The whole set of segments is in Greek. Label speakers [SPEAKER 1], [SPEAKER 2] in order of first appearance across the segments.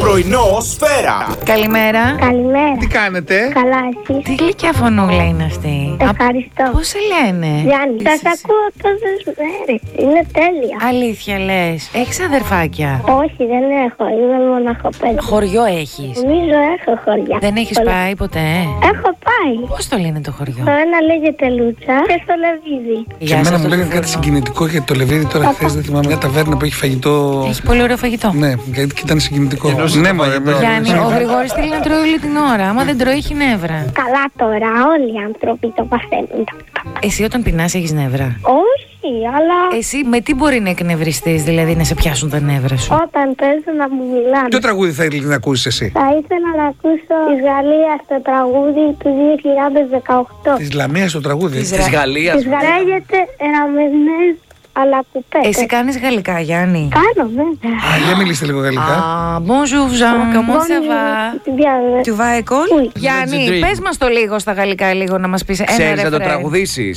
[SPEAKER 1] Πρωινό σφαίρα.
[SPEAKER 2] Καλημέρα.
[SPEAKER 3] Καλημέρα.
[SPEAKER 4] Τι κάνετε,
[SPEAKER 3] Καλά, εσύ.
[SPEAKER 2] Τι γλυκιά φωνούλα είναι αυτή.
[SPEAKER 3] Ευχαριστώ.
[SPEAKER 2] Πώς σε λένε.
[SPEAKER 3] Γιάννη, θα σε ακούω τόσε μέρε. ε, Είναι τέλεια.
[SPEAKER 2] Αλήθεια λες. Έχεις αδερφάκια.
[SPEAKER 3] Όχι, δεν έχω. Είμαι μοναχοπέδι.
[SPEAKER 2] Χωριό έχεις.
[SPEAKER 3] Νομίζω έχω χωριά.
[SPEAKER 2] Δεν έχεις
[SPEAKER 3] Πολλά. Ναι.
[SPEAKER 2] πάει ποτέ.
[SPEAKER 3] Έχω πάει.
[SPEAKER 2] Πώς το λένε το χωριό.
[SPEAKER 3] Το ένα λέγεται Λούτσα και στο Λεβίδι.
[SPEAKER 4] Και
[SPEAKER 2] Γεια
[SPEAKER 4] εμένα
[SPEAKER 2] σας,
[SPEAKER 4] μου
[SPEAKER 2] το
[SPEAKER 4] λέγανε
[SPEAKER 2] φρουρό.
[SPEAKER 4] κάτι συγκινητικό για το λεβίδι τώρα χθες. Δεν θυμάμαι μια ταβέρνα που έχει φαγητό.
[SPEAKER 2] Έχει πολύ ωραίο φαγητό.
[SPEAKER 4] Ναι, γιατί και ήταν συγκινητικό.
[SPEAKER 1] Εννοούσε
[SPEAKER 4] Ναι,
[SPEAKER 1] το
[SPEAKER 4] μωρέ,
[SPEAKER 1] φαγητό.
[SPEAKER 4] μωρέ,
[SPEAKER 2] Γιάννη,
[SPEAKER 4] μωρέ.
[SPEAKER 2] ο Γρηγόρης θέλει να τρώει όλη την ώρα. Άμα δεν τρώει, έχει νεύρα.
[SPEAKER 3] Καλά τώρα, όλοι οι άνθρωποι το παθαίνουν.
[SPEAKER 2] Εσύ όταν πεινάς, έχεις νεύρα.
[SPEAKER 3] Όχι, αλλά
[SPEAKER 2] Εσύ με τι μπορεί να εκνευριστείς, δηλαδή να σε πιάσουν τα νεύρα σου.
[SPEAKER 3] όταν παίζω να μου μιλάνε.
[SPEAKER 4] Ποιο τραγούδι θα ήθελες να ακούσεις εσύ,
[SPEAKER 3] Θα ήθελα να ακούσω της Γαλλίας στο τραγούδι του 2018.
[SPEAKER 4] Της Λαμίας το τραγούδι.
[SPEAKER 2] Της Ρα-
[SPEAKER 1] Γαλλίας.
[SPEAKER 3] Της Λέγεται Ραμενές αλλά κουπέ.
[SPEAKER 2] Εσύ κάνεις γαλλικά, Γιάννη.
[SPEAKER 3] Κάνω βέβαια.
[SPEAKER 4] Α, για μιλήστε λίγο γαλλικά.
[SPEAKER 2] Α, bonjour Jean, comment ça va?
[SPEAKER 3] Bien.
[SPEAKER 2] Tu vas à école?
[SPEAKER 3] Oui.
[SPEAKER 2] Γιάννη,
[SPEAKER 1] Legendary.
[SPEAKER 2] πες μας το λίγο στα γαλλικά λίγο να μας πεις ένα
[SPEAKER 1] Ξέρεις να το
[SPEAKER 2] ρεφρέν.
[SPEAKER 1] τραγουδήσεις.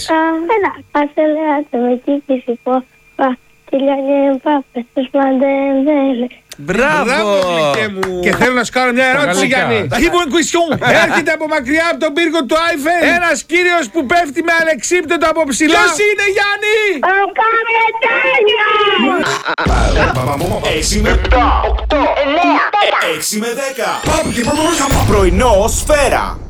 [SPEAKER 3] Καλά, aceleráte, me quise por pa, que le hagan papas, los manden dele.
[SPEAKER 1] Μπράβο!
[SPEAKER 4] γλυκέ μου. Και θέλω να σου κάνω μια ερώτηση,
[SPEAKER 1] γαλλικά.
[SPEAKER 4] Γιάννη. Even question. Έρχεται από μακριά από τον πύργο του Άιφελ ένας κύριος που πέφτει με αλεξίπτωτο από ψηλά. Ποιος είναι, Γιάννη!
[SPEAKER 1] Έξι με 8, 9, 6 με 10. Πρωινό σφαίρα.